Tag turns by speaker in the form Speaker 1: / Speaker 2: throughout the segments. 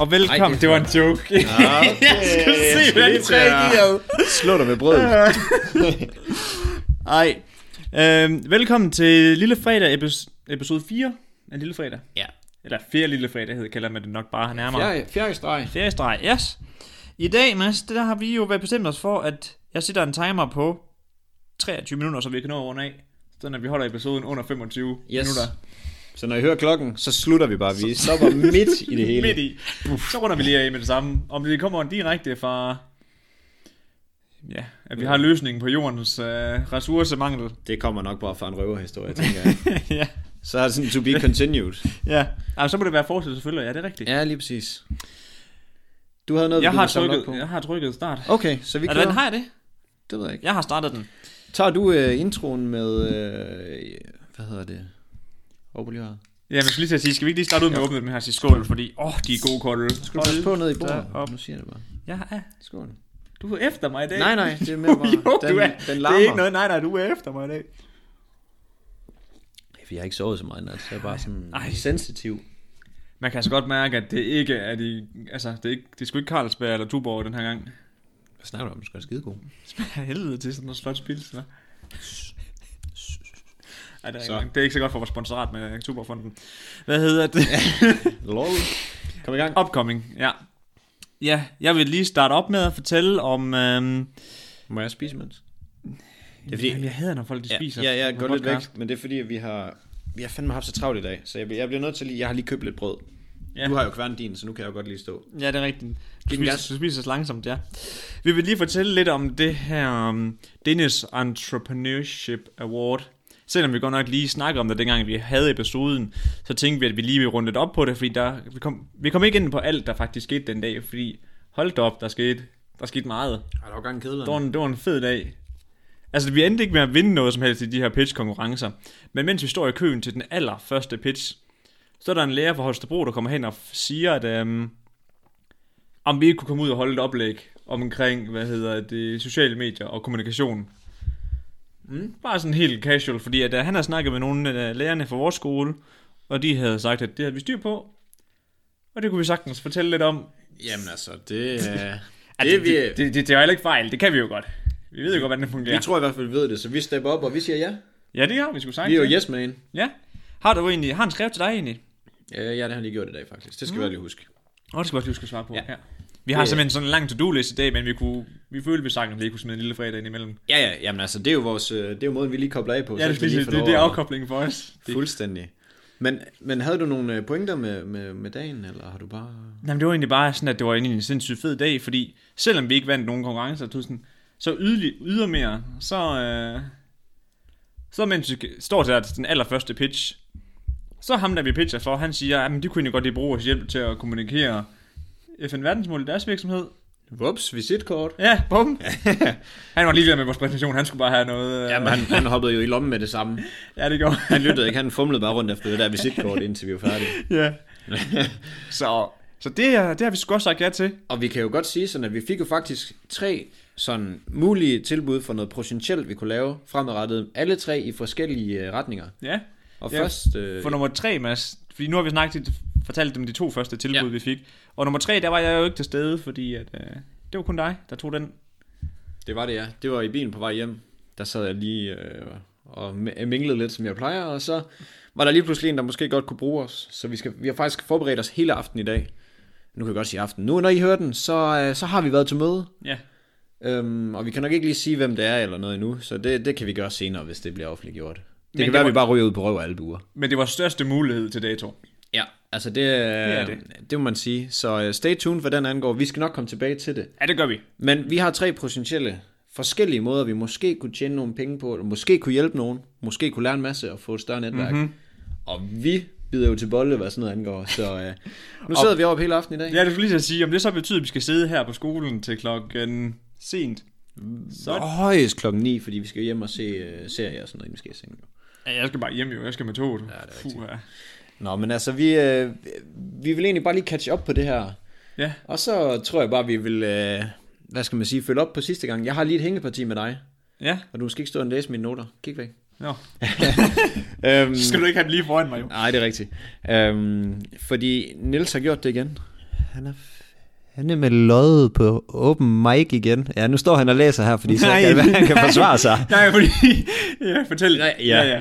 Speaker 1: Og velkommen, Ej, det Ah, var en joke.
Speaker 2: Okay.
Speaker 1: jeg skulle se, hvad I tre giver.
Speaker 2: Slå dig med brødet.
Speaker 1: Ej. Øhm, velkommen til Lille Fredag, epis- episode 4 af Lille Fredag.
Speaker 3: Ja.
Speaker 1: Eller 4 Lille Fredag hedder, kalder man det nok bare nærmere.
Speaker 3: Fjerde, fjerde streg.
Speaker 1: Feriestreg, yes. I dag, Mads, det der har vi jo været bestemt os for, at jeg sætter en timer på 23 minutter, så vi kan nå at runde af. Sådan at vi holder episoden under 25 yes. minutter.
Speaker 2: Så når I hører klokken, så slutter vi bare. Vi stopper midt i det hele.
Speaker 1: Midt i. Så runder vi lige af med det samme. Om det kommer direkte fra... Ja, at vi har løsningen på jordens øh, ressourcemangel.
Speaker 2: Det kommer nok bare fra en røverhistorie, tænker jeg.
Speaker 1: ja.
Speaker 2: Så er det sådan, to be continued.
Speaker 1: Ja. Altså, så må det være fortsat selvfølgelig. Ja, det er rigtigt.
Speaker 2: Ja, lige præcis. Du havde noget,
Speaker 1: jeg,
Speaker 2: du
Speaker 1: har
Speaker 2: ville samle op
Speaker 1: trykket,
Speaker 2: på.
Speaker 1: jeg har trykket start.
Speaker 2: Okay, så vi kører.
Speaker 1: Eller har jeg det?
Speaker 2: Det ved jeg ikke.
Speaker 1: Jeg har startet den.
Speaker 2: Tager du øh, introen med, øh, hvad hedder det? Råb lige her.
Speaker 1: Ja, men jeg skulle lige til at sige, skal vi ikke lige starte ud med at åbne dem her og sige skål, fordi åh, oh, de er gode kolde.
Speaker 2: Skal du passe på ned i bordet?
Speaker 1: da op.
Speaker 2: Nu siger jeg det bare.
Speaker 1: Ja, ja.
Speaker 2: Skål.
Speaker 1: Du er efter mig i dag.
Speaker 2: Nej, nej, det er mere bare,
Speaker 1: jo,
Speaker 2: den,
Speaker 1: du er.
Speaker 2: den larmer.
Speaker 1: det er ikke noget, nej, nej, du er efter mig i dag.
Speaker 2: Jeg har ikke sovet så meget i nat, så jeg er bare sådan
Speaker 1: Ej.
Speaker 2: Ej. sensitiv.
Speaker 1: Man kan altså godt mærke, at det ikke er de... Altså, det er, ikke, det er sgu ikke Carlsberg eller Tuborg den her gang.
Speaker 2: Hvad snakker du om? Du skal være skidegod.
Speaker 1: Helvede til sådan noget slotspils, hva'? Ej, det er,
Speaker 2: Så.
Speaker 1: ikke, det er ikke så godt for vores sponsorat med Tuborgfonden. Hvad hedder det?
Speaker 2: Lol. Kom i gang.
Speaker 1: Upcoming, ja. Ja, jeg vil lige starte op med at fortælle om... Øhm,
Speaker 2: Må jeg spise mens?
Speaker 1: det er fordi, jamen, jeg hader, når folk de spiser.
Speaker 2: Ja, ja, jeg
Speaker 1: på
Speaker 2: går lidt
Speaker 1: podcast.
Speaker 2: væk, men det er fordi, at vi har... Vi har fandme haft så travlt i dag, så jeg, jeg bliver nødt til lige... Jeg har lige købt lidt brød.
Speaker 1: Ja.
Speaker 2: Ja. Du har jo kværnet din, så nu kan jeg jo godt lige stå.
Speaker 1: Ja, det er rigtigt. Du
Speaker 2: Giv den
Speaker 1: spiser,
Speaker 2: gas.
Speaker 1: du spiser så langsomt, ja. Vi vil lige fortælle lidt om det her um, Dennis Entrepreneurship Award. Selvom vi godt nok lige snakkede om det, dengang vi havde episoden, så tænkte vi, at vi lige ville runde lidt op på det, fordi der, vi, kom, vi kom ikke ind på alt, der faktisk skete den dag, fordi hold da op, der skete, der skete meget.
Speaker 2: Har du jo gang kedelig?
Speaker 1: Det var, en, det var en fed dag. Altså, vi endte ikke med at vinde noget som helst i de her pitch-konkurrencer. Men mens vi står i køen til den allerførste pitch, så er der en lærer fra Holstebro, der kommer hen og f- siger, at øhm, om vi ikke kunne komme ud og holde et oplæg omkring, hvad hedder det, sociale medier og kommunikation. Mm. Bare sådan helt casual, fordi at, øh, han har snakket med nogle af lærerne fra vores skole, og de havde sagt, at det havde vi styr på. Og det kunne vi sagtens fortælle lidt om,
Speaker 2: Jamen altså, det... er...
Speaker 1: Ja,
Speaker 2: det, vi,
Speaker 1: det, det, det, det er jo heller ikke fejl, det kan vi jo godt. Vi ved jo godt, hvordan det
Speaker 2: vi
Speaker 1: fungerer.
Speaker 2: tror i hvert fald, vi ved det, så vi stepper op, og vi siger ja.
Speaker 1: Ja, det har vi sgu sagt.
Speaker 2: Vi er jo
Speaker 1: ja.
Speaker 2: yes man.
Speaker 1: ja. Har du egentlig, har han skrevet til dig egentlig?
Speaker 2: Ja, ja, det har han lige gjort i dag, faktisk.
Speaker 1: Mhm.
Speaker 2: Det skal mm. vi lige huske.
Speaker 1: Åh, det skal vi også huske at svare på.
Speaker 2: Ja.
Speaker 1: Vi har
Speaker 2: Det-
Speaker 1: simpelthen sådan en lang to-do-liste i dag, men vi, kunne, vi følte, vi sagtens lige kunne smide en lille fredag ind imellem.
Speaker 2: Ja, ja, jamen altså, det er jo, vores, øh, det er jo måden, vi lige kobler af på.
Speaker 1: Ja, det,
Speaker 2: skal vi lige
Speaker 1: det,
Speaker 2: få
Speaker 1: det,
Speaker 2: lov
Speaker 1: det er
Speaker 2: at-
Speaker 1: afkoblingen for os. Det,
Speaker 2: Fuldstændig. Men, men havde du nogle øh, pointer med, med, med dagen, eller har du bare...
Speaker 1: Jamen, det var egentlig bare sådan, at det var egentlig en sindssygt fed dag, fordi selvom vi ikke vandt nogen konkurrencer, du sådan, så yderlig, ydermere, så, øh, så mens vi står der til den allerførste pitch, så ham, der vi pitcher for, han siger, at de kunne egentlig godt lige bruge vores hjælp til at kommunikere FN verdensmål i deres virksomhed.
Speaker 2: Vups, visitkort.
Speaker 1: Ja, bum. han var ligeglad med vores præsentation, han skulle bare have noget. Øh,
Speaker 2: Jamen, han, han hoppede jo i lommen med det samme.
Speaker 1: ja, det gjorde han.
Speaker 2: Han lyttede ikke, han fumlede bare rundt efter det der visitkort, indtil vi var færdige.
Speaker 1: ja. så, så det, er- det har vi sgu også sagt ja til.
Speaker 2: Og vi kan jo godt sige sådan, at vi fik jo faktisk tre sådan mulige tilbud for noget potentielt, vi kunne lave fremadrettet. Alle tre i forskellige øh, retninger.
Speaker 1: Ja.
Speaker 2: Og
Speaker 1: Ja,
Speaker 2: først... Øh,
Speaker 1: For nummer tre, Mads, fordi nu har vi snakket, fortalt dem de to første tilbud, ja.
Speaker 2: Ja.
Speaker 1: vi fik. Og nummer tre, der var jeg jo ikke til stede, fordi at, øh, det var kun dig, der tog den.
Speaker 2: Det var det, ja. Det var i bilen på vej hjem. Der sad jeg lige øh, og m- minglede lidt, som jeg plejer, og så var der lige pludselig en, der måske godt kunne bruge os. Så vi, skal, vi har faktisk forberedt os hele aften i dag. Nu kan jeg godt sige aften. Nu, når I hører den, så, øh, så har vi været til møde.
Speaker 1: Ja.
Speaker 2: Øhm, og vi kan nok ikke lige sige, hvem det er eller noget endnu, så det, det kan vi gøre senere, hvis det bliver offentliggjort. Det Men
Speaker 1: det
Speaker 2: kan være,
Speaker 1: var-
Speaker 2: vi bare ryger ud på røv og albuer.
Speaker 1: Men det var største mulighed til dato.
Speaker 2: Ja, altså det, det,
Speaker 1: er
Speaker 2: er
Speaker 1: det.
Speaker 2: det. det må man sige. Så øh, stay tuned, hvad den angår. Vi skal nok komme tilbage til det.
Speaker 1: Ja, det gør vi.
Speaker 2: Men vi har tre potentielle forskellige måder, vi måske kunne tjene nogle penge på, eller måske kunne hjælpe nogen, måske kunne lære en masse og få et større netværk. Mm-hmm. Og vi bider jo til bolle, hvad sådan noget angår. Så øh, nu sidder vi oppe hele aften i dag.
Speaker 1: Ja, det skulle lige til at sige, om det så betyder, at vi skal sidde her på skolen til klokken sent.
Speaker 2: så... Højst klokken 9, fordi vi skal hjem og se øh, serier og sådan noget, inden vi skal i seng. jo.
Speaker 1: Ja, jeg skal bare hjem jo, jeg skal med toget. Ja, det
Speaker 2: er
Speaker 1: Puh, ja.
Speaker 2: Nå, men altså, vi, øh, vi vil egentlig bare lige catch op på det her.
Speaker 1: ja.
Speaker 2: Og så tror jeg bare, vi vil, øh, hvad skal man sige, følge op på sidste gang. Jeg har lige et hængeparti med dig,
Speaker 1: Ja,
Speaker 2: og du måske ikke stå og læse mine noter. Kig væk.
Speaker 1: Nå.
Speaker 2: Øhm,
Speaker 1: Så skal du ikke have den lige foran mig jo.
Speaker 2: Nej, det er rigtigt. Øhm, fordi Nils har gjort det igen.
Speaker 3: han er han er med løjet på open mic igen. Ja, nu står han og læser her, fordi så
Speaker 1: Nej,
Speaker 3: kan, han kan
Speaker 1: nej.
Speaker 3: forsvare sig.
Speaker 1: Nej, fordi... ja, fortæl.
Speaker 2: Nej, ja.
Speaker 1: ja.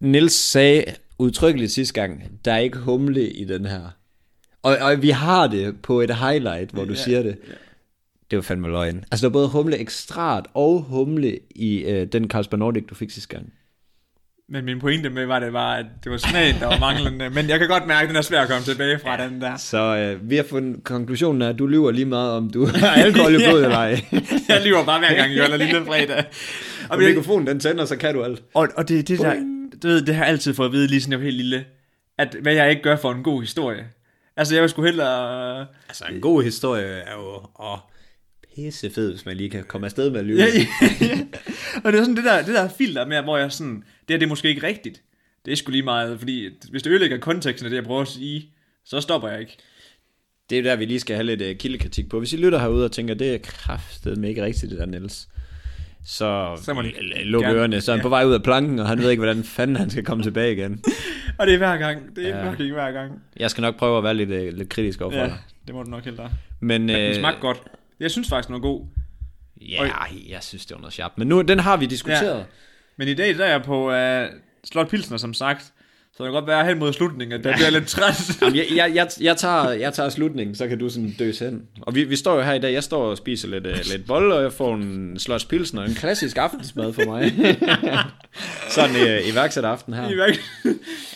Speaker 2: Nils sagde udtrykkeligt sidste gang, der er ikke humle i den her. Og, og vi har det på et highlight, hvor du
Speaker 1: Ja,
Speaker 2: siger det. Det var fandme løgn. Altså, der var både humle ekstrat og humle i øh, den Carlsberg Nordic, du fik sidste gang.
Speaker 1: Men min pointe med var, det var, at det var smagen, der var manglende. Men jeg kan godt mærke, at den er svær at komme tilbage fra, den der.
Speaker 2: Så øh, vi har fundet konklusionen er, at du lyver lige meget, om du har alkohol i blodet eller ej.
Speaker 1: Jeg lyver bare hver gang, jeg holder lille fredag. Og,
Speaker 2: Og
Speaker 1: det-
Speaker 2: mikrofonen, den tænder, så kan du alt.
Speaker 1: og, og det er det der, du ved, det har jeg altid fået at vide, lige sådan jeg var helt lille, at hvad jeg ikke gør for en god historie. Altså, jeg skulle hellere...
Speaker 2: Altså, en god historie er jo at pisse fed, hvis man lige kan komme afsted med at lyve.
Speaker 1: Ja, ja, ja. Og det er sådan det der, det der filter med, hvor jeg sådan, det her det er måske ikke rigtigt. Det er sgu lige meget, fordi hvis det ødelægger konteksten af det, jeg prøver at sige, så stopper jeg ikke.
Speaker 2: Det er jo der, vi lige skal have lidt øh, kildekritik på. Hvis I lytter herude og tænker, det er kraftedeme ikke rigtigt, det der Niels. Så,
Speaker 1: Så må I
Speaker 2: l- l- luk
Speaker 1: gerne-
Speaker 2: ørerne, så er han
Speaker 1: ja.
Speaker 2: på vej ud af planken, og han ved ikke, hvordan fanden han skal komme tilbage igen.
Speaker 1: Og det er hver gang. Det er
Speaker 2: Ja.
Speaker 1: ja. fucking hver gang.
Speaker 2: Jeg skal nok prøve at være lidt, øh, lidt kritisk overfor
Speaker 1: Ja,
Speaker 2: dig.
Speaker 1: det må du nok hellere.
Speaker 2: Men, øh,
Speaker 1: Men den smagte godt. Jeg synes faktisk, den var god.
Speaker 2: Ja, jeg synes, det var noget sharp. Men nu, den har vi diskuteret.
Speaker 1: Men i dag der er jeg på uh, Slot Pilsner, som sagt. Så det kan godt være hen mod slutningen, at der bliver lidt træt.
Speaker 2: Jamen, jeg, jeg, jeg, jeg, tager, jeg tager slutningen, så kan du sådan døse hen. Og vi, vi står jo her i dag, jeg står og spiser lidt, øh, lidt bolle, og jeg får en slots pilsner, en klassisk aftensmad for mig. sådan øh, iværksætteraften
Speaker 1: I
Speaker 2: her.
Speaker 1: hver-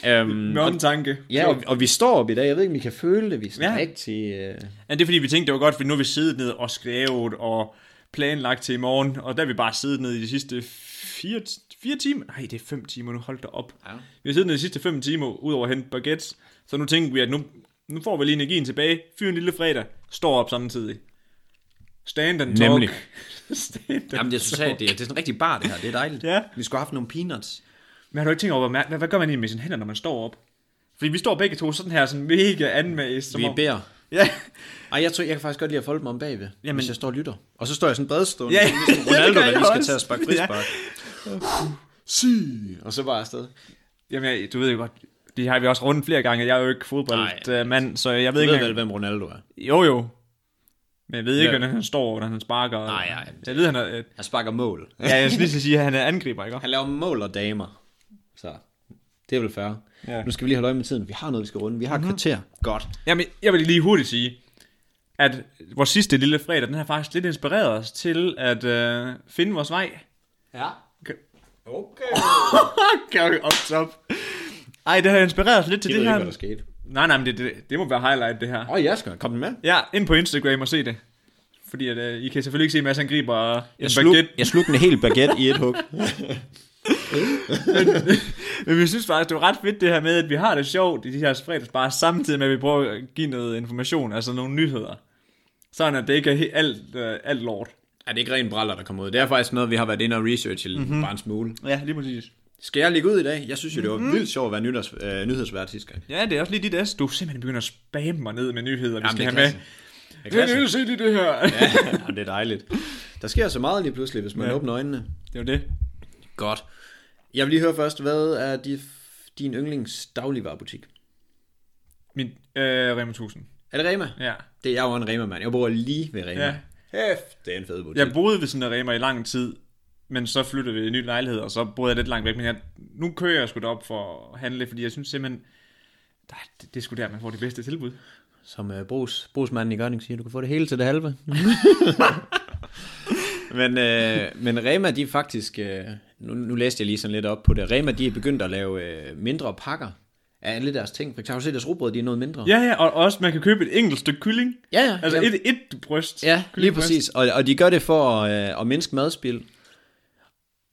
Speaker 2: Øhm,
Speaker 1: Med omtanke.
Speaker 2: Ja, og, og vi står op i dag. Jeg ved ikke, om I kan føle det. Vi er sådan ja.
Speaker 1: Ja.
Speaker 2: rigtig... Øh...
Speaker 1: Ja, det er fordi, vi tænkte, det var godt, for nu har vi siddet ned og skrevet og planlagt til i morgen, og der har vi bare siddet ned i de sidste fire, fire timer. Nej, det er fem timer nu, hold da op.
Speaker 2: Ja.
Speaker 1: Vi har siddet ned de sidste fem timer, ud over at hente baguettes, så nu tænker vi, at nu, nu får vi lige energien tilbage, fyr en lille fredag, står op samtidig. Stand and talk.
Speaker 2: Nemlig.
Speaker 1: Stand and
Speaker 2: Jamen, det er totalt... Det er, det er sådan en rigtig bar, det her. Det er dejligt.
Speaker 1: Ja.
Speaker 2: Vi skulle have haft nogle peanuts.
Speaker 1: Men har du ikke tænkt over, hvad, hvad, hvad gør man egentlig med sine hænder, når man står op? Fordi vi står begge to sådan her, sådan mega anmæst. Som
Speaker 2: Vi
Speaker 1: om-
Speaker 2: beder.
Speaker 1: Ja,
Speaker 2: Ej, jeg tror, jeg kan faktisk godt lide at folde mig om bagved, Jamen.
Speaker 1: Jamen-
Speaker 2: hvis jeg står og lytter. Og så står jeg sådan bredstående,
Speaker 1: Ja.
Speaker 2: ja. ligesom
Speaker 1: Ja, det
Speaker 2: Ronaldo,
Speaker 1: gør
Speaker 2: der
Speaker 1: jeg
Speaker 2: lige skal
Speaker 1: også.
Speaker 2: tage og sparke frispark. Ja. Og så bare afsted.
Speaker 1: jamen jeg, du ved jo godt, det har vi også rundt flere gange, jeg er jo ikke fodboldmand, så jeg ved
Speaker 2: Du
Speaker 1: ikke
Speaker 2: ved
Speaker 1: engang-
Speaker 2: vel, hvem Ronaldo er.
Speaker 1: Jo, jo. Men jeg ved ikke,
Speaker 2: Ja.
Speaker 1: hvordan han står, hvordan han sparker. Nej,
Speaker 2: nej, det-
Speaker 1: Jeg ved, han er... Øh,
Speaker 2: Han sparker mål.
Speaker 1: ja, jeg skulle lige til at sige, at han er angriber, ikke?
Speaker 2: Han laver mål og damer. Så det er vel fair. Ja.
Speaker 1: Ja. Mhm.
Speaker 2: Nu skal vi lige holde øje med tiden. Vi har noget, vi skal runde. Vi har et kvarter. Godt.
Speaker 1: Jamen, jeg vil lige hurtigt sige, at vores sidste lille fredag, den har faktisk lidt inspireret os til at øh, finde vores vej.
Speaker 2: Ja.
Speaker 1: Kan-
Speaker 2: Okay.
Speaker 1: Kan vi op top? Ej, det har inspireret os lidt til
Speaker 2: Jeg
Speaker 1: det,
Speaker 2: ved ikke,
Speaker 1: her.
Speaker 2: hvad der skete.
Speaker 1: nej, nej, men det, det, det må være highlight, det her.
Speaker 2: Åh, oh, jeg skal komme med.
Speaker 1: Ja, ind på Instagram og se det. Fordi at, øh, I kan selvfølgelig ikke se, at Mads han griber en
Speaker 2: Jeg,
Speaker 1: jeg
Speaker 2: slug,
Speaker 1: baguette.
Speaker 2: jeg slugte en hel baguette i et hug.
Speaker 1: Men vi synes faktisk, det er ret fedt det her med, at vi har det sjovt i de her fredagsbarer, samtidig med, at vi prøver at give noget information, altså nogle nyheder. Sådan, at det ikke er he- alt, øh, alt lort.
Speaker 2: Er det ikke ren braller, der kommer ud? Det er faktisk noget, vi har været inde og researche mm-hmm. bare en smule.
Speaker 1: Ja, lige præcis.
Speaker 2: Skal jeg ligge ud i dag? Jeg synes jo, det var mm-hmm. vildt sjovt at være nyheds, øh, nyhedsvært sidste gang.
Speaker 1: Ja, det er også lige dit S. Du er simpelthen begynder at spamme mig ned med nyheder, vi skal
Speaker 2: det er
Speaker 1: have med.
Speaker 2: Det
Speaker 1: Jeg
Speaker 2: er,
Speaker 1: er nødt
Speaker 2: klasse.
Speaker 1: til at se lige det her. Ja.
Speaker 2: Jamen, det er dejligt. Der sker så meget lige pludselig, hvis man ja. åbner øjnene.
Speaker 1: Det var det.
Speaker 2: Godt. Jeg vil lige høre først, hvad er de, din yndlings dagligvarerbutik?
Speaker 1: Min øh, Rema 1000.
Speaker 2: Er det Rema?
Speaker 1: Ja.
Speaker 2: Det er jeg jo en Rema-mand. Jeg bor lige ved Rema.
Speaker 1: Ja.
Speaker 2: Hæft, det er en fed butik.
Speaker 1: Jeg boede ved sådan en Rema i lang tid, men så flyttede vi i en ny lejlighed, og så boede jeg lidt langt væk. Men jeg, nu kører jeg sgu derop for at handle, fordi jeg synes simpelthen, der, det, det er sgu der, man får det bedste tilbud.
Speaker 2: Som øh, brugs, brugsmanden i Gørning siger, du kan få det hele til det halve. men, øh, men Rema, de er faktisk... Øh, nu, nu læste jeg lige sådan lidt op på det. Rema, de er begyndt at lave øh, mindre pakker af alle deres ting. For eksempel, har du set deres rugbrød, de er noget mindre.
Speaker 1: Ja, ja, og også man kan købe et enkelt stykke kylling.
Speaker 2: ja, ja.
Speaker 1: Altså
Speaker 2: Jamen,
Speaker 1: et, et bryst.
Speaker 2: ja lige
Speaker 1: Kyllingbryst.
Speaker 2: præcis. Og, og de gør det for at, øh, at mindske madspild.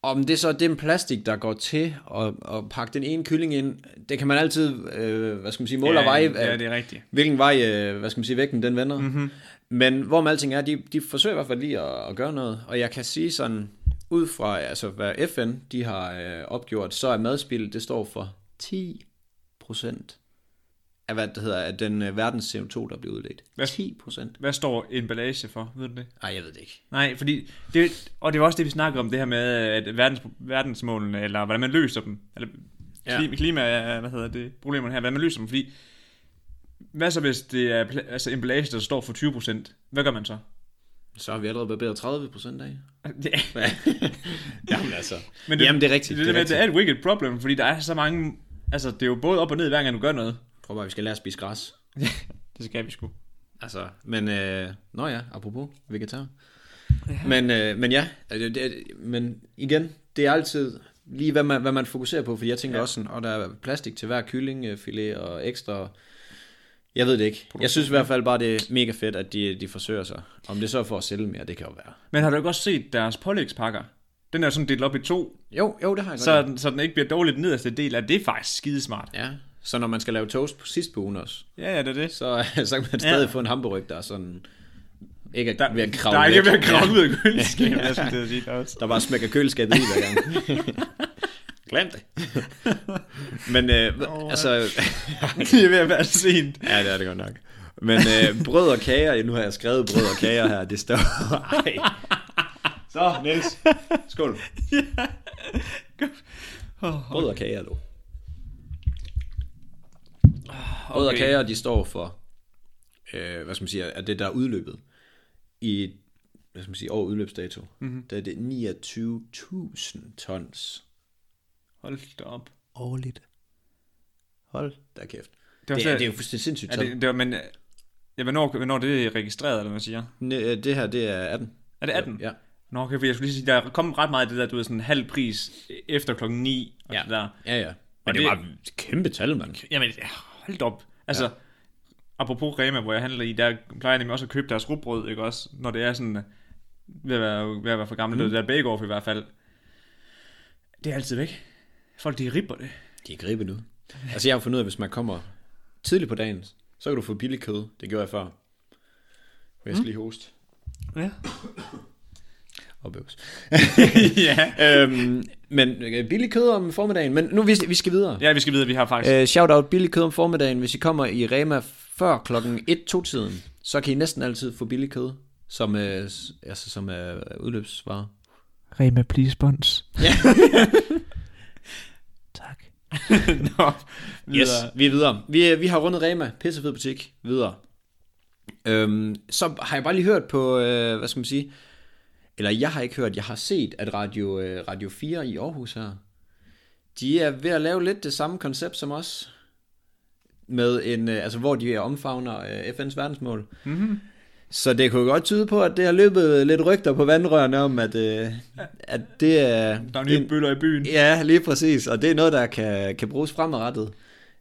Speaker 2: Om det så er den plastik, der går til at, at pakke den ene kylling ind, det kan man altid, øh, hvad skal man sige, måle og
Speaker 1: Ja,
Speaker 2: veje.
Speaker 1: ja,
Speaker 2: øh,
Speaker 1: det er rigtigt.
Speaker 2: hvilken vej, øh, hvad skal man sige, vægten den vender. Mm-hmm. Men hvorom alting er, de, de forsøger i hvert fald lige at, at gøre noget. Og jeg kan sige sådan, ud fra altså, hvad FN de har øh, opgjort, så er madspild, det står for 10 procent af, hvad det hedder, af den øh, verdens CO2, der bliver udledt.
Speaker 1: Hvad?
Speaker 2: 10 procent?
Speaker 1: Hvad står emballage for, ved du det?
Speaker 2: Ej, jeg ved det ikke.
Speaker 1: Nej, fordi det, og det var også det, vi snakkede om, det her med at verdens, verdensmålene, eller hvordan man løser dem. Eller
Speaker 2: Ja.
Speaker 1: ja. klima, hvad hedder det, problemerne her, hvordan man løser dem, fordi Hvad så hvis det er pla- altså emballage, der står for 20%? Hvad gør man så? Altså,
Speaker 2: Så har vi allerede barberet 30 procent af.
Speaker 1: Det er,
Speaker 2: Jamen altså.
Speaker 1: Men
Speaker 2: Men
Speaker 1: det-
Speaker 2: det, Jamen det er rigtigt.
Speaker 1: det, det,
Speaker 2: er
Speaker 1: med,
Speaker 2: rigtigt.
Speaker 1: det er et wicked problem, fordi der er så mange... Altså, det er jo både op og ned, hver gang du gør noget.
Speaker 2: Prøv bare, vi skal lære at spise græs.
Speaker 1: Det skal vi sgu.
Speaker 2: Altså, men... Øh, nå ja, apropos vegetar. Ja. Men, øh, men ja, øh, det, det, men igen, det er altid lige, hvad man, hvad man fokuserer på, fordi jeg tænker ja. også sådan, og der er plastik til hver kyllingfilet og ekstra... Jeg ved det ikke. Jeg synes i hvert fald bare, det er mega fedt, at de, de forsøger sig. Om det så er for at sælge mere, det kan jo være.
Speaker 1: Men har du ikke også set deres pålægspakker? Den er jo sådan delt op i to,
Speaker 2: Jo, jo, det har jeg godt.
Speaker 1: så, den, så den ikke bliver dårligt nederste del af det. er faktisk skidesmart.
Speaker 2: Ja, så når man skal lave toast på sidst på ugen også,
Speaker 1: Ja, ja, det er det.
Speaker 2: så, så kan man stadig ja. få en hamburg, der er sådan... Ikke
Speaker 1: Der,
Speaker 2: er ved at kravle
Speaker 1: der er ikke
Speaker 2: væk.
Speaker 1: ved at kravle ud af køleskabet, jeg skulle til at sige det også.
Speaker 2: Der bare smækker køleskabet i hver gang. Glem det. Men øh,
Speaker 1: Åh,
Speaker 2: oh, altså...
Speaker 1: Det er ved at være sent.
Speaker 2: ja, det er det godt nok. Men øh, brød og kager, nu har jeg skrevet brød og kager her, det står... Ej. Så, Niels. Skål. Brød og kager, du. Brød og kager, de står for, øh, hvad skal man sige, er det, der er udløbet i, hvad skal man sige, over udløbsdato. Mm-hmm. Der er det 29.000 tons.
Speaker 1: Hold da op.
Speaker 3: Årligt. Hold.
Speaker 2: Der er kæft.
Speaker 1: var
Speaker 2: Det, det,
Speaker 1: slet-
Speaker 2: er, det er jo fuldstændig sindssygt.
Speaker 1: Er
Speaker 2: tal.
Speaker 1: det, det var, men, øh, ja, hvornår, hvornår er det er registreret, eller hvad man siger?
Speaker 2: Næ, øh, det her, det er 18.
Speaker 1: Er det 18?
Speaker 2: Ja.
Speaker 1: Nå, okay, for jeg skulle lige sige, der er kommet ret meget af det der, du ved, sådan halv pris efter klokken 9 og ja.
Speaker 2: Ja.
Speaker 1: det der.
Speaker 2: Ja, ja. Men
Speaker 1: Og
Speaker 2: og det, det er
Speaker 1: det-
Speaker 2: bare et kæmpe tal, mand.
Speaker 1: Jamen, ja, hold da op. Altså, ja. apropos Rema, hvor jeg handler i, der plejer jeg nemlig også at købe deres rugbrød, ikke også? Når det er sådan, øh, ved at være, ved at være for gammel, mm. det der bagel i hvert fald. Det er altid væk. Folk, de ribber det.
Speaker 2: De er gribe nu. Altså, jeg har fundet ud af, at hvis man kommer tidligt på dagen, så kan du få billig kød. Det gjorde jeg før. Jeg skal lige hoste
Speaker 1: Mm. Ja.
Speaker 2: og bøvs.
Speaker 1: ja.
Speaker 2: øhm, men øh, billig kød om formiddagen. Men nu, vi, vi skal videre.
Speaker 1: Ja, vi skal vide, at vi har faktisk...
Speaker 2: Øh, shout out billig kød om formiddagen. Hvis I kommer i Rema før klokken 1-2-tiden, så kan I næsten altid få billig kød som, øh, s- altså, som øh, udløbsvarer.
Speaker 4: Rema, please spons.
Speaker 2: Ja.
Speaker 4: tak.
Speaker 1: Nå,
Speaker 2: Yes,
Speaker 1: videre.
Speaker 2: vi er videre. Vi, vi har rundet Rema, pissefed butik, videre. Øhm, så har jeg bare lige hørt på, øh, hvad skal man sige, eller jeg har ikke hørt, jeg har set, at Radio, øh, Radio 4 i Aarhus her, de er ved at lave lidt det samme koncept som os, med en, øh, altså hvor de omfavner øh, FN's verdensmål. Mm-hmm.
Speaker 1: Mhm.
Speaker 2: Så det kunne godt tyde på, at det har løbet lidt rygter på vandrørene om, at, øh, at det er...
Speaker 1: Der er
Speaker 2: det-
Speaker 1: nye bøller i byen.
Speaker 2: Ja, lige præcis. Og det er noget, der kan, kan bruges fremadrettet.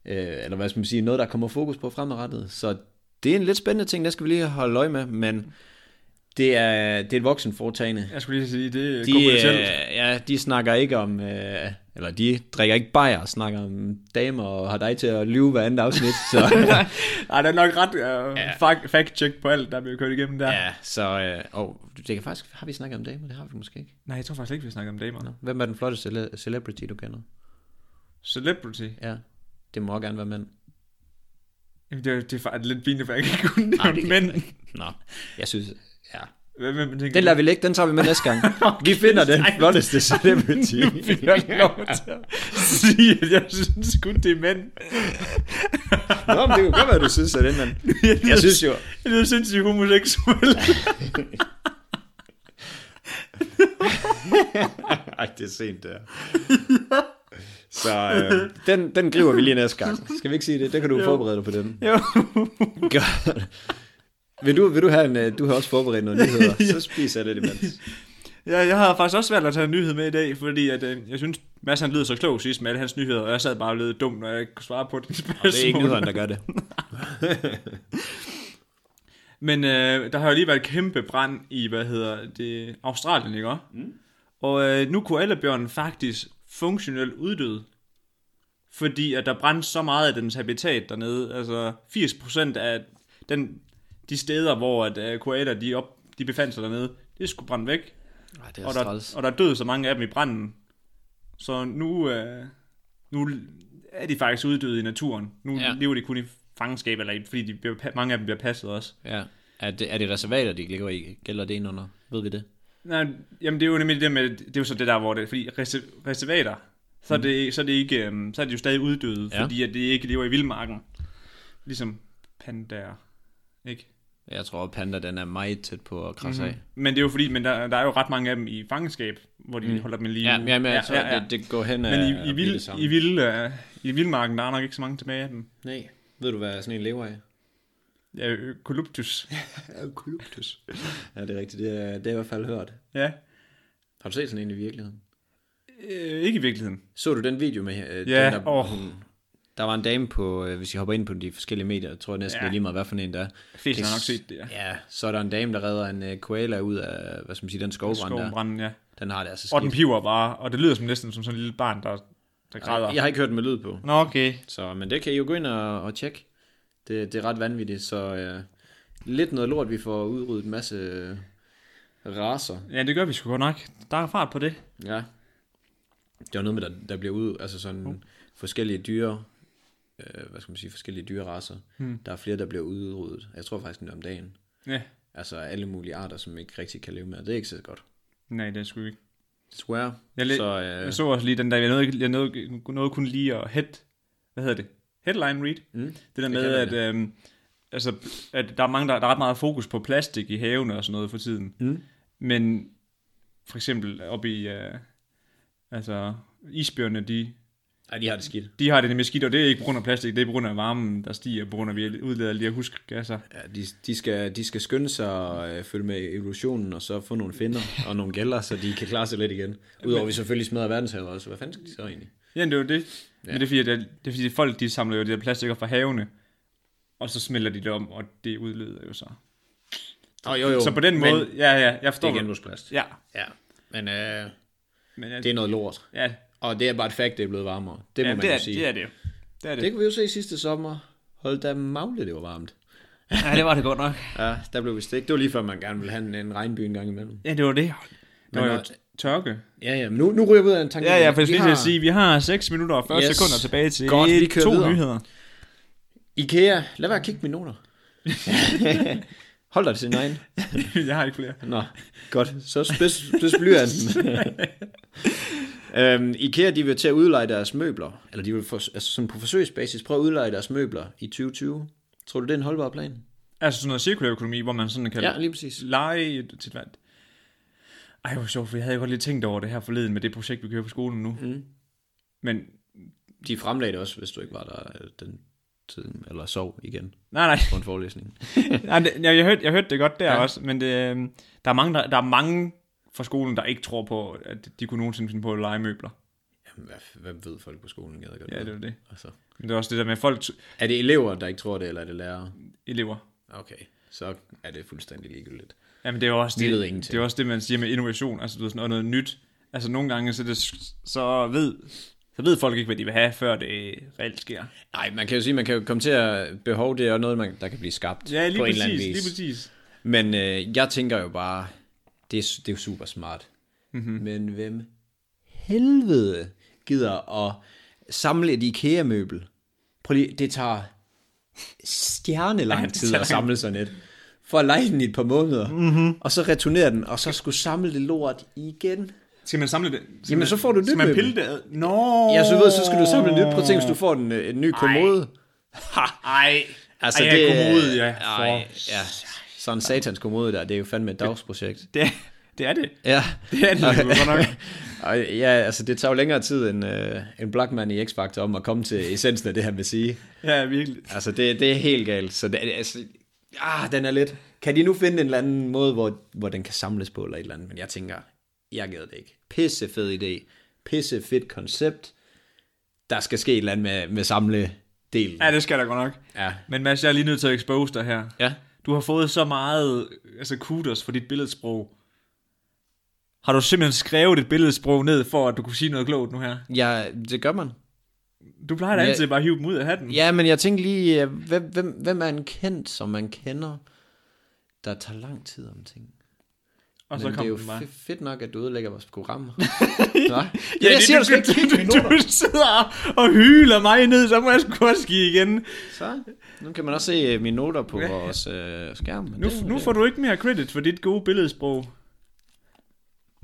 Speaker 2: Øh, eller hvad skal man sige, noget, der kommer fokus på fremadrettet. Så det er en lidt spændende ting, der skal vi lige holde øje med. Men det er, det er et voksenforetagende.
Speaker 1: Jeg skulle lige sige, det de,
Speaker 2: De,
Speaker 1: kommer selv.
Speaker 2: øh, ja, de snakker ikke om... Øh, eller de drikker ikke bajer, snakker om damer og har dig til at lyve hver andet afsnit. Så,
Speaker 1: Ej, der er nok ret uh, ja. fact-check på alt, der bliver kørt igennem der. Ja.
Speaker 2: ja, så... Øh, og det kan faktisk... Har vi snakket om damer? Det har vi måske ikke.
Speaker 1: Nej, jeg tror faktisk ikke, vi snakker om damer. No.
Speaker 2: Hvem er den flotteste cele- celebrity, du kender?
Speaker 1: Celebrity.
Speaker 2: Ja, det må også gerne være mænd.
Speaker 1: Jamen, det, er, det er faktisk lidt pinligt, for jeg kan ikke kunne nævne mænd.
Speaker 2: Nå, jeg synes... Ja,
Speaker 1: Hvem, hvem tænker
Speaker 2: Den lader vi ligge, den tager vi med næste gang. Vi finder den flotteste celebrity.
Speaker 1: Nu fik jeg ikke lov til at sige, at jeg synes kun, det er mænd.
Speaker 2: Nå, men det kan godt være, du synes, at den mand. Jeg synes jo...
Speaker 1: Det er sindssygt homoseksuel.
Speaker 2: Ej, det er sent der. Så øh, den, den griber vi lige næste gang. Skal vi ikke sige det? Det kan du jo. forberede dig på den.
Speaker 1: Jo.
Speaker 2: Godt. Vil du, vil du have en... øh, Du har også forberedt noget nyheder. Så spiser jeg det imens.
Speaker 1: Ja, jeg har faktisk også valgt at tage en nyhed med i dag, fordi at, øh, jeg synes, Mads han lyder så klog sidst med alle hans nyheder, og jeg sad bare og lød dum, når jeg ikke kunne svare på det spørgsmål.
Speaker 2: Og det er ikke nyhederne, der gør det.
Speaker 1: Men øh, der har jo lige været kæmpe brand i, hvad hedder det, Australien, ikke også? Mm. Og øh, nu kunne alabjørnen faktisk funktionelt uddøde, fordi at der brændte så meget af dens habitat dernede. Altså 80% af den, de steder, hvor at, øh, koaler de, op, de befandt sig dernede, det skulle brænde væk.
Speaker 2: Ej, det
Speaker 1: Og der, og der døde så mange af dem i branden. Så nu, øh, nu er de faktisk uddøde i naturen. Nu ja.
Speaker 2: Ja.
Speaker 1: lever de kun i fangenskab, eller i, fordi de bliver, pa- mange af dem bliver passet også.
Speaker 2: Ja. Er det, er det reservater, de ligger i? Gælder det ind under? Ved vi det?
Speaker 1: Nej, jamen det er jo nemlig det med, det er jo så det der, hvor det er, fordi reser- reservater, så er øh, det, så er det ikke, øhm, så er de jo stadig uddøde, ja.
Speaker 2: Mm. Ja.
Speaker 1: fordi at de ikke lever i vildmarken, ligesom pandaer. Ikke?
Speaker 2: Jeg tror, at panda den er meget tæt på at krasse mm-hmm. af.
Speaker 1: Men det er jo fordi, men der, der er jo ret mange af dem i fangenskab, hvor de mm. holder dem i live.
Speaker 2: Ja, men, ja, men jeg tror, ja, ja. Det, det går hen
Speaker 1: Men
Speaker 2: af
Speaker 1: i, i,
Speaker 2: at blive det
Speaker 1: vild,
Speaker 2: samme.
Speaker 1: i, vild, uh, i vildmarken, der er nok ikke så mange tilbage af dem.
Speaker 2: Nej. Ved du, hvad sådan en lever af?
Speaker 1: Ja, ø- Coluptus.
Speaker 2: Eukalyptus. ja, det er rigtigt. Det, er, det har jeg i hvert fald hørt.
Speaker 1: ja,
Speaker 2: Har du set sådan en i virkeligheden?
Speaker 1: øh, ikke i virkeligheden.
Speaker 2: Så du den video med øh,
Speaker 1: Ja,
Speaker 2: den, der,
Speaker 1: åh.
Speaker 2: hun, der var en dame på, øh, hvis jeg hopper ind på de forskellige medier, tror jeg næsten
Speaker 1: Ja.
Speaker 2: ja. lige meget, hvad for en der er.
Speaker 1: Flest har nok set det, ja.
Speaker 2: Ja, så er der en dame, der redder en øh, koala ud af, hvad skal man sige, den skovbrand der.
Speaker 1: Skovbranden, ja.
Speaker 2: Den har det altså
Speaker 1: Og den piver bare, og det lyder som næsten som sådan en lille barn, der, der græder.
Speaker 2: Jeg har ikke hørt den med lyd på.
Speaker 1: Nå, okay.
Speaker 2: Så, men det kan I jo gå ind og, og tjekke. Det, det er ret vanvittigt, så øh, lidt noget lort, vi får udryddet en masse øh, raser.
Speaker 1: Ja, det gør vi sgu godt nok. Der er fart på det.
Speaker 2: Ja. Det var noget med, der, der bliver ud, altså sådan
Speaker 1: Oh.
Speaker 2: uh. forskellige dyr, øh, hvad skal man sige, forskellige dyreraser. Hmm. Der er flere, der bliver udryddet. Jeg tror faktisk, det er om dagen.
Speaker 1: Ja.
Speaker 2: Altså alle mulige arter, som ikke rigtig kan leve med, og det er ikke så godt.
Speaker 1: Nej, det er sgu ikke.
Speaker 2: Desværre.
Speaker 1: Jeg læ- Altså-
Speaker 2: så øh,
Speaker 1: Jeg så også lige den der, jeg nåede, ikke- jeg nåede, nåede kun lige at head, hvad hedder det? Headline read.
Speaker 2: mm,
Speaker 1: Det der
Speaker 2: Det
Speaker 1: med,
Speaker 2: kalder
Speaker 1: at, øhm, altså, at der er mange, der, der er ret meget fokus på plastik i havene og sådan noget for tiden.
Speaker 2: Mm.
Speaker 1: Men for eksempel oppe i, øh, altså isbjørnene, de,
Speaker 2: ej, de har det skidt.
Speaker 1: de har det nemlig skidt, og det er ikke på grund af plastik, det er på grund af varmen, der stiger, på grund af, at vi udleder de her huskgasser.
Speaker 2: Ja, de, de, skal, de skal skynde sig og øh, følge med evolutionen, og så få nogle finder og nogle gælder, så de kan klare sig lidt igen. Udover at vi selvfølgelig smadrer verdenshavet også. Hvad fanden skal de så egentlig?
Speaker 1: Ja, det er jo det. Ja. Men det er, fordi, at, det er fordi, folk de samler jo det der plastik op fra havene, og så smelter de det om, og det udleder jo så.
Speaker 2: Oh, jo, jo.
Speaker 1: Så på den
Speaker 2: men
Speaker 1: måde, ja, ja, jeg
Speaker 2: Det
Speaker 1: forstår
Speaker 2: er
Speaker 1: hvad-
Speaker 2: genbrugsplast.
Speaker 1: Ja,
Speaker 2: Ja, men øh,
Speaker 1: men jeg,
Speaker 2: det er noget lort.
Speaker 1: ja,
Speaker 2: Og det er bare et fact, det er blevet varmere. Det må
Speaker 1: ja
Speaker 2: man
Speaker 1: det,
Speaker 2: jo
Speaker 1: er,
Speaker 2: sige.
Speaker 1: det er det jo. Det er det.
Speaker 2: Det kunne vi jo se sidste sommer. Hold da magle, det var varmt.
Speaker 1: Ja, det var det godt nok.
Speaker 2: Ja, der blev vi stik. Det var lige før, man gerne ville have en, en regnby en gang imellem.
Speaker 1: Ja, det var det. Det
Speaker 2: Men,
Speaker 1: var jo
Speaker 2: og-
Speaker 1: tørke.
Speaker 2: Ja, ja, men nu, nu ryger vi ud af en tanke.
Speaker 1: Ja, ja, for jeg skal
Speaker 2: Vi
Speaker 1: lige til
Speaker 2: har-
Speaker 1: at sige, vi har 6 minutter og 40 yes.
Speaker 2: Yes.
Speaker 1: sekunder tilbage til
Speaker 2: Godt, vi kører
Speaker 1: to
Speaker 2: videre.
Speaker 1: nyheder.
Speaker 2: Ikea, lad være at kigge mine noter. Hold dig til sin egen.
Speaker 1: jeg har ikke flere.
Speaker 2: Nå, godt. Så spids, spids blyanten. øhm, IKEA, de vil til at udleje deres møbler, eller de vil for, altså sådan på forsøgsbasis prøve at udleje deres møbler i 2020. Tror du, det er en holdbar plan?
Speaker 1: Altså sådan noget cirkulær økonomi, hvor man sådan kan
Speaker 2: Ja,
Speaker 1: ja.
Speaker 2: lige præcis.
Speaker 1: lege til hvad? Ej, hvor sjovt, for jeg havde godt lige tænkt over det her forleden med det projekt, vi kører på skolen nu.
Speaker 2: Mm.
Speaker 1: Men
Speaker 2: De fremlagde det også, hvis du ikke var der øh, den tid, eller sov igen
Speaker 1: nej, nej,
Speaker 2: på en forelæsning.
Speaker 1: nej det, jeg, jeg, hørte, jeg hørte det godt der ja.
Speaker 2: Ja.
Speaker 1: også, men det, øhm, der, er mange, der, der er mange fra skolen, der ikke tror på, at de kunne nogensinde finde på at lege møbler.
Speaker 2: Jamen, hvad, hvad ved folk på skolen? Jeg godt
Speaker 1: Ja, det er jo det.
Speaker 2: altså.
Speaker 1: Men det er også det der med folk,
Speaker 2: Er det elever, der ikke tror det, eller er det lærere?
Speaker 1: elever.
Speaker 2: Okay, så er det fuldstændig ligegyldigt.
Speaker 1: Jamen, det er jo også
Speaker 2: Vi
Speaker 1: det,
Speaker 2: ved ingenting.
Speaker 1: det, er også det, man siger med innovation, altså du ved, sådan noget, noget nyt. Altså nogle gange, så, er det, så, ved, så ved folk ikke, hvad de vil have, før det reelt sker.
Speaker 2: Nej, man kan jo sige, man kan jo komme til at behov, det er jo noget, man, der kan blive skabt
Speaker 1: Ja, lige
Speaker 2: på en eller anden
Speaker 1: præcis,
Speaker 2: vis.
Speaker 1: lige præcis.
Speaker 2: Men øh, jeg tænker jo bare, det er, su- det er jo super smart. Mm-hmm.
Speaker 1: Mhm.
Speaker 2: Men hvem helvede gider at samle et IKEA-møbel? Prøv lige, det tager
Speaker 1: Ja,
Speaker 2: stjernelang
Speaker 1: det
Speaker 2: tid
Speaker 1: tager Mhm.
Speaker 2: at samle sådan et. For at lege den i et par måneder, mm-hmm. og så returnere den, og så skulle samle det lort igen.
Speaker 1: Skal man samle det? Skal
Speaker 2: Jamen,
Speaker 1: man,
Speaker 2: så får du et
Speaker 1: Skal
Speaker 2: nyt
Speaker 1: man
Speaker 2: møbel.
Speaker 1: pille det ad? Nå!
Speaker 2: Ja, så ved, så skal du samle nyt. Prøv at tænke, hvis du får den, øh, en ny kommode.
Speaker 1: Ej, altså, Ej, det, jeg kom ud, ja. For,
Speaker 2: Ej, ja. Sådan satans kommode der, det er jo fandme et dagsprojekt.
Speaker 1: Det, det er det.
Speaker 2: Ja.
Speaker 1: Det er det, okay. godt nok.
Speaker 2: Og ja, altså det tager jo længere tid end øh, en Blackman i X-Factor om at komme til essensen af det, han vil sige.
Speaker 1: Ja, virkelig.
Speaker 2: Altså det, det er helt galt, så det, altså, ah, den er lidt... Kan de nu finde en eller anden måde, hvor, hvor den kan samles på eller et eller andet? Men jeg tænker, jeg gider det ikke. Pisse fed idé. Pisse fedt koncept. Der skal ske et eller andet med, med samledelen.
Speaker 1: Ja, det skal der godt nok.
Speaker 2: Ja.
Speaker 1: Men Mads, jeg er lige nødt til at expose dig her.
Speaker 2: Ja.
Speaker 1: Du har fået så meget altså kudos for dit billedsprog. Har du simpelthen skrevet et billedsprog ned, for at du kunne sige noget klogt nu her?
Speaker 2: ja, det gør man.
Speaker 1: Du plejer da
Speaker 2: Ja.
Speaker 1: altid bare at hive dem ud af hatten.
Speaker 2: Ja, men jeg tænkte lige, øh, hvem, hvem, hvem er en kendt, som man kender, der tager lang tid om ting?
Speaker 1: og så
Speaker 2: Men det
Speaker 1: kom
Speaker 2: er jo
Speaker 1: den bare.
Speaker 2: fe- fedt nok, at du ødelægger vores program. Nå,
Speaker 1: Ja,
Speaker 2: ja, jeg
Speaker 1: det-
Speaker 2: siger, du
Speaker 1: du,
Speaker 2: skal ikke kigge på
Speaker 1: du, du, sidder og hyler mig ned, så må jeg sgu også give igen.
Speaker 2: Så, nu kan man også se øh, mine noter på vores øh, skærm. men
Speaker 1: Nu,
Speaker 2: det-
Speaker 1: nu får du ikke mere credit for dit gode billedsprog.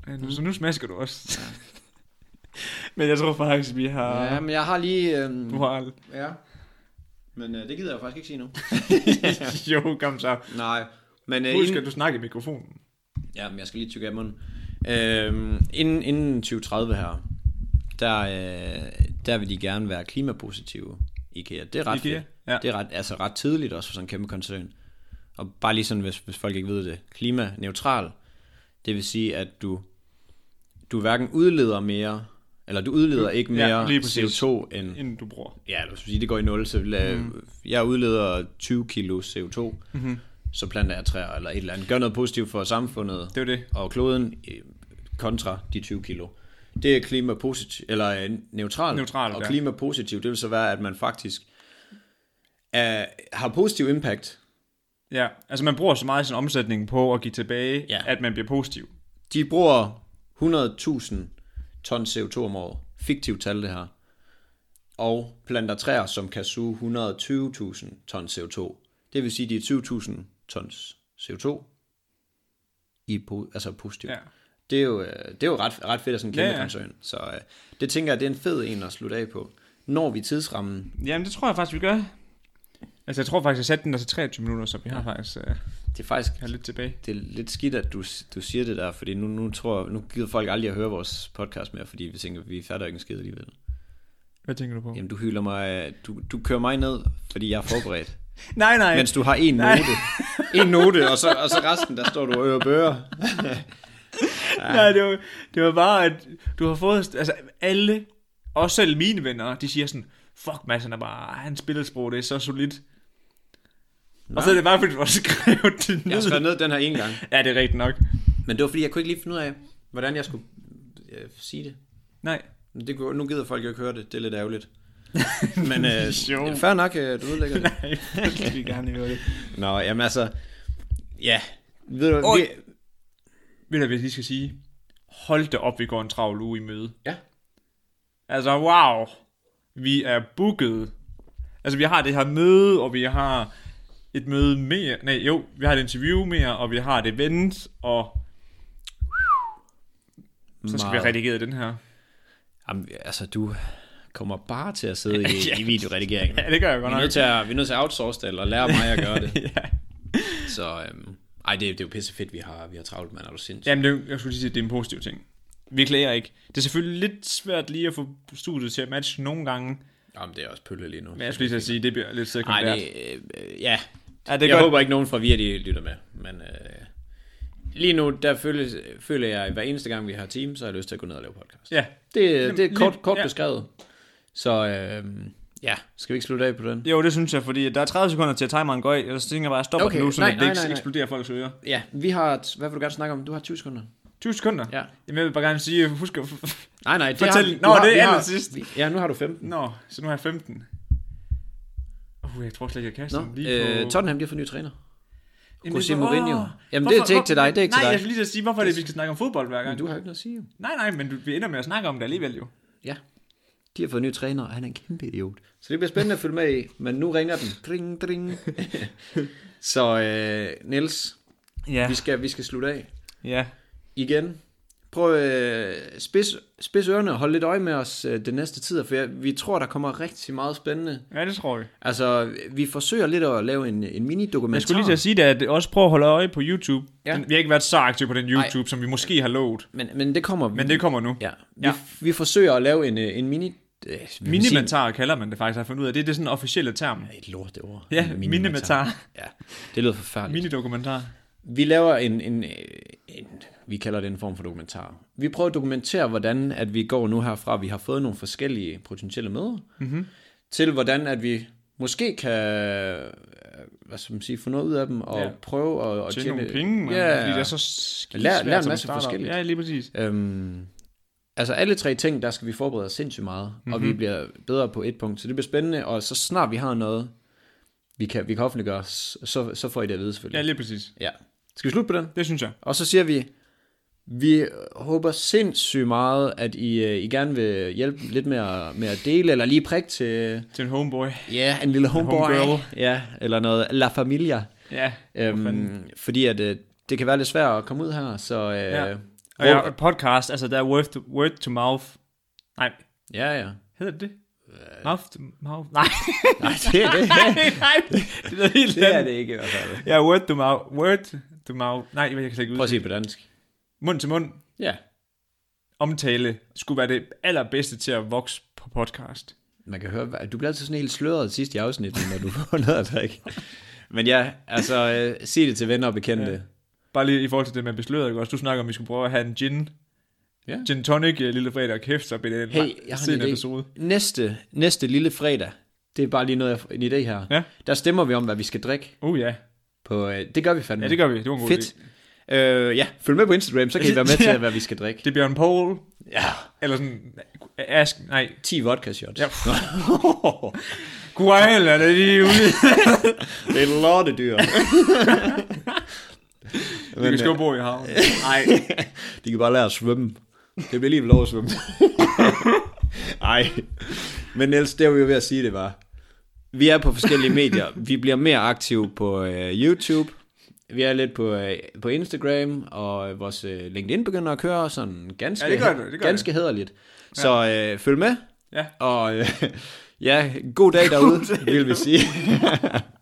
Speaker 1: Ja,
Speaker 2: Mm.
Speaker 1: nu, så nu smasker du også. Men jeg tror faktisk, vi har...
Speaker 2: Ja, men jeg har lige... Øh,
Speaker 1: Du har...
Speaker 2: ja. Men øh, det gider jeg faktisk ikke sige nu.
Speaker 1: jo, kom så.
Speaker 2: Nej. Men, øh,
Speaker 1: Husk, at
Speaker 2: inden,
Speaker 1: du snakker i mikrofonen.
Speaker 2: ja, men jeg skal lige tykke af munden. Øh, inden, inden 2030 her, der, øh, der vil de gerne være klimapositive. IKEA, det er ret
Speaker 1: IKEA,
Speaker 2: IKEA,
Speaker 1: ja.
Speaker 2: Det er ret, altså ret tidligt også for sådan en kæmpe koncern. Og bare lige sådan, hvis, hvis folk ikke ved det. Klimaneutral, det vil sige, at du, du hverken udleder mere, eller du udleder ikke
Speaker 1: Ja,
Speaker 2: mere
Speaker 1: lige præcis.
Speaker 2: CO2 end
Speaker 1: Inden du bruger.
Speaker 2: Ja, du skal sige, det går i nul, så lad, mm. jeg udleder 20 kilo CO2, mm-hmm. så planter jeg træer eller et eller andet. Gør noget positivt for samfundet
Speaker 1: Det er jo det.
Speaker 2: og kloden øh, kontra de 20 kilo. Det er klimapositiv, eller øh, neutral.
Speaker 1: Neutral,
Speaker 2: og
Speaker 1: ja.
Speaker 2: klimapositiv, det vil så være, at man faktisk er, har positiv impact.
Speaker 1: Ja, altså man bruger så meget i sin omsætning på at give tilbage, ja.
Speaker 2: Ja.
Speaker 1: at man bliver positiv.
Speaker 2: De bruger 100.000 ton CO2 om året. Fiktivt tal, det her. Og planter træer, som kan suge 120.000 ton CO2. Det vil sige, de er 20.000 tons CO2 i po- altså positivt.
Speaker 1: Ja.
Speaker 2: Ja. Det er jo, øh, det er jo ret, ret fedt af sådan en
Speaker 1: Ja,
Speaker 2: kæmpe ja,
Speaker 1: ja.
Speaker 2: ja. koncern. Så øh, det tænker jeg, det er en fed en at slutte af på. Når vi tidsrammen,
Speaker 1: Jamen, det tror jeg faktisk, vi gør. Altså, jeg tror faktisk, jeg satte den der til 23 minutter, så vi har faktisk øh,
Speaker 2: det er faktisk
Speaker 1: har lidt tilbage.
Speaker 2: det er lidt skidt, at du, du siger det der, fordi nu, nu, tror, jeg- nu gider folk aldrig at høre vores podcast mere, fordi vi tænker, vi fatter ikke en skid alligevel.
Speaker 1: Hvad tænker du på?
Speaker 2: Jamen, du hylder mig. øh, Du, du kører mig ned, fordi jeg er forberedt.
Speaker 1: Nej, nej.
Speaker 2: Mens du har en
Speaker 1: Nej.
Speaker 2: note. En note, og så, og så resten, der står du og øver bøger.
Speaker 1: Nej, det var, det var bare, at du har fået... Altså, alle, også selv mine venner, de siger sådan, fuck Mads, han er bare... Han spilledsprog, det er så solidt. Og så er det bare, fordi du har skrevet det
Speaker 2: Jeg har skrevet
Speaker 1: ned.
Speaker 2: ned den her en gang.
Speaker 1: Ja, det er rigtigt nok.
Speaker 2: Men det var, fordi jeg kunne ikke lige finde ud af, hvordan jeg skulle øh, sige det.
Speaker 1: Nej.
Speaker 2: Men Det, kunne- nu gider folk jo ikke høre det. Det er lidt ærgerligt. Men øh,
Speaker 1: Jo.
Speaker 2: fair nok, øh, du udlægger det.
Speaker 1: Nej, jeg vil gerne høre det.
Speaker 2: Nå, jamen altså... Ja, ved du,
Speaker 1: Oj.
Speaker 2: vi,
Speaker 1: Ved du, hvad jeg lige skal sige? Hold da op, vi går en travl uge i møde.
Speaker 2: Ja.
Speaker 1: Altså, wow. Vi er booket. Altså, vi har det her møde, og vi har et møde mere. Nej, jo, vi har et interview mere, og vi har et event, og så skal vi
Speaker 2: Meget.
Speaker 1: have redigeret den her.
Speaker 2: jamen, altså, du kommer bare til at sidde i,
Speaker 1: Ja.
Speaker 2: i videoredigeringen.
Speaker 1: Ja, det gør jeg
Speaker 2: Vi
Speaker 1: godt
Speaker 2: er,
Speaker 1: nok.
Speaker 2: nødt til at, vi er nødt til at outsource det, eller lære mig at gøre det.
Speaker 1: Ja.
Speaker 2: Så øhm, ej, det, det er jo pisse fedt, vi har, vi har travlt, mand. Er du sindssygt?
Speaker 1: Jamen, det, er jo- jeg skulle lige sige, at det er en positiv ting. Vi klager ikke. Det er selvfølgelig lidt svært lige at få studiet til at matche nogle gange,
Speaker 2: Jamen, det er også pølle lige nu.
Speaker 1: men jeg skulle lige til at sige, at det bliver lidt
Speaker 2: Ej,
Speaker 1: sekundært.
Speaker 2: det, øh, øh, ja.
Speaker 1: ja,
Speaker 2: Det
Speaker 1: det
Speaker 2: jeg
Speaker 1: gør,
Speaker 2: håber ikke, nogen fra VIA, de lytter med. Men øh, lige nu, der føles, føler jeg, at hver eneste gang, vi har team, så har jeg lyst til at gå ned og lave podcast.
Speaker 1: Ja,
Speaker 2: Det, det
Speaker 1: Jamen,
Speaker 2: er kort,
Speaker 1: lidt-
Speaker 2: kort
Speaker 1: ja.
Speaker 2: beskrevet. Så øh, ja, skal vi ikke slutte af på den?
Speaker 1: Jo, det synes jeg, fordi der er 30 sekunder til, at timeren går af, og så tænker jeg bare, at stopper okay,
Speaker 2: Okay,
Speaker 1: nu, så
Speaker 2: nej,
Speaker 1: det
Speaker 2: nej,
Speaker 1: ikke
Speaker 2: nej, nej.
Speaker 1: eksploderer folks ører.
Speaker 2: Ja, vi har... Hvad vil du gerne snakke om? Du har 20 sekunder.
Speaker 1: 20 sekunder?
Speaker 2: Ja.
Speaker 1: Jamen, jeg vil bare gerne sige, husk at...
Speaker 2: Nej, nej. Det
Speaker 1: Fortæl-
Speaker 2: har,
Speaker 1: Nå, det er allersidst.
Speaker 2: sidst. Ja, nu har du 15.
Speaker 1: Nå, så nu har jeg 15. Uh, jeg tror slet ikke, jeg kan
Speaker 2: Nå,
Speaker 1: sådan lige på...
Speaker 2: øh, Tottenham, de har fået ny træner.
Speaker 1: Jamen,
Speaker 2: José
Speaker 1: hvor-
Speaker 2: Mourinho.
Speaker 1: Åh,
Speaker 2: Jamen, det er til- ikke til dig, det er ikke
Speaker 1: nej,
Speaker 2: til dig. Altså-
Speaker 1: Nej, jeg skulle lige til at sige, hvorfor er det, vi skal snakke om fodbold hver
Speaker 2: Men
Speaker 1: gang.
Speaker 2: du har jo ikke noget at sige, jo.
Speaker 1: Nej, nej, men du, vi ender med at snakke om det alligevel jo.
Speaker 2: Ja. De har fået nye træner, og han er en kæmpe idiot. Så det bliver spændende at følge med i, men nu ringer den. Dring, dring. så øh, Niels,
Speaker 1: Ja,
Speaker 2: vi skal, vi skal slutte af
Speaker 1: ja.
Speaker 2: igen. Prøv at øh, spids, spids ørerne og hold lidt øje med os øh, den næste tid, for jeg, vi tror, der kommer rigtig meget spændende.
Speaker 1: Ja, det tror jeg.
Speaker 2: Altså, vi forsøger lidt at lave en, en mini-dokumentar.
Speaker 1: Jeg skulle lige til at sige det, at også prøv at holde øje på YouTube. Ja.
Speaker 2: Ja.
Speaker 1: Den, vi har ikke været så aktive på den YouTube, som vi måske har lovet.
Speaker 2: men, men det kommer vi.
Speaker 1: Men det kommer nu.
Speaker 2: ja. Vi,
Speaker 1: Ja.
Speaker 2: vi forsøger at lave en, øh, en mini... Øh, mini
Speaker 1: Minimentar kalder man det faktisk, har jeg fundet ud af. Det er det sådan officielle term.
Speaker 2: Et lort ord.
Speaker 1: Ja,
Speaker 2: En
Speaker 1: minimentar.
Speaker 2: Ja, det lyder forfærdeligt.
Speaker 1: Minidokumentar.
Speaker 2: Vi laver en, en, øh, en, vi kalder det en form for dokumentar. Vi prøver at dokumentere, hvordan at vi går nu herfra. Vi har fået nogle forskellige potentielle møder,
Speaker 1: Mhm.
Speaker 2: mm-hmm. til hvordan at vi måske kan øh, hvad skal man sige, få noget ud af dem, og
Speaker 1: Ja.
Speaker 2: ja. prøve at, at
Speaker 1: Tjene nogle penge, man,
Speaker 2: ja,
Speaker 1: fordi det er så
Speaker 2: Lær-
Speaker 1: skidesvært
Speaker 2: lær en
Speaker 1: som
Speaker 2: masse
Speaker 1: startup.
Speaker 2: forskelligt.
Speaker 1: Ja, lige præcis.
Speaker 2: Øhm, altså alle tre ting, der skal vi forberede os sindssygt meget, mm-hmm. og vi
Speaker 1: Mhm.
Speaker 2: bliver bedre på et punkt. Så det bliver spændende, og så snart vi har noget, vi kan, vi kan offentliggøre, så, så får I det at vide
Speaker 1: Ja,
Speaker 2: selvfølgelig.
Speaker 1: lige præcis.
Speaker 2: ja. Skal vi slutte på den?
Speaker 1: Det synes jeg.
Speaker 2: Og så siger vi, vi håber sindssygt meget, at I, øh, I gerne vil hjælpe lidt med at, med at dele, eller lige prikke til
Speaker 1: Til en homeboy.
Speaker 2: ja, en lille homeboy,
Speaker 1: homegirl.
Speaker 2: ja, eller noget La Familia.
Speaker 1: Ja.
Speaker 2: Øhm, fordi at, øh, det kan være lidt svært at komme ud her, så... Øh,
Speaker 1: Ja.
Speaker 2: ja.
Speaker 1: Og jeg, podcast, altså der er word to, word to mouth. Nej,
Speaker 2: ja, ja.
Speaker 1: hedder det det?
Speaker 2: Øh.
Speaker 1: Haft, haft, nej,
Speaker 3: Nej, det er det.
Speaker 1: nej, det er noget helt
Speaker 3: det er
Speaker 1: andet.
Speaker 3: det ikke i hvert fald.
Speaker 1: Ja, word to mouth, word to mouth, nej, jeg kan slet ikke ud.
Speaker 2: Prøv at sige det på dansk.
Speaker 1: Mund til mund
Speaker 2: Ja.
Speaker 1: omtale skulle være det allerbedste til at vokse på podcast.
Speaker 2: Man kan høre, at du bliver altid sådan helt sløret sidst i afsnittet, når du får noget at drikke. Men ja, altså, øh, sig det til venner og bekendte. Ja.
Speaker 1: Bare lige i forhold til det med besløret, ikke også? Du snakker om, at vi skulle prøve at have en gin.
Speaker 2: Ja.
Speaker 1: Gin tonic øh, lille fredag og kæft, så bliver det en
Speaker 2: Hey,
Speaker 1: lang-
Speaker 2: jeg har
Speaker 1: sen
Speaker 2: en idé.
Speaker 1: episode.
Speaker 2: Næste, næste lille fredag, det er bare lige noget, jeg- en idé her.
Speaker 1: Ja.
Speaker 2: Der stemmer vi om, hvad vi skal drikke.
Speaker 1: Uh ja,
Speaker 2: På, øh, det gør vi fandme.
Speaker 1: ja det gør vi. Det var en god
Speaker 2: Fedt.
Speaker 1: Idé.
Speaker 2: Øh, ja, følg med på Instagram, så kan I være med
Speaker 1: Ja.
Speaker 2: til, hvad vi skal drikke.
Speaker 1: Det bliver en poll,
Speaker 2: Ja,
Speaker 1: eller sådan, ask, nej,
Speaker 2: 10 vodka shots.
Speaker 1: Ja. Guajal, er det lige ude?
Speaker 2: det er lortedyr.
Speaker 1: Vi kan skrive bo i havnen.
Speaker 2: Nej, de kan bare lære at svømme. Det bliver lige lov at svømme. Nej. Men Niels, det var jo ved at sige, det var. Vi er på forskellige medier. Vi bliver mere aktive på øh, YouTube. Vi er lidt på, øh, på Instagram, og øh, vores øh, LinkedIn begynder at køre sådan ganske,
Speaker 1: Ja, det gør det, det gør
Speaker 2: ganske hederligt. Så øh, følg med.
Speaker 1: Ja.
Speaker 2: Og øh, ja, god dag derude, vil vi sige.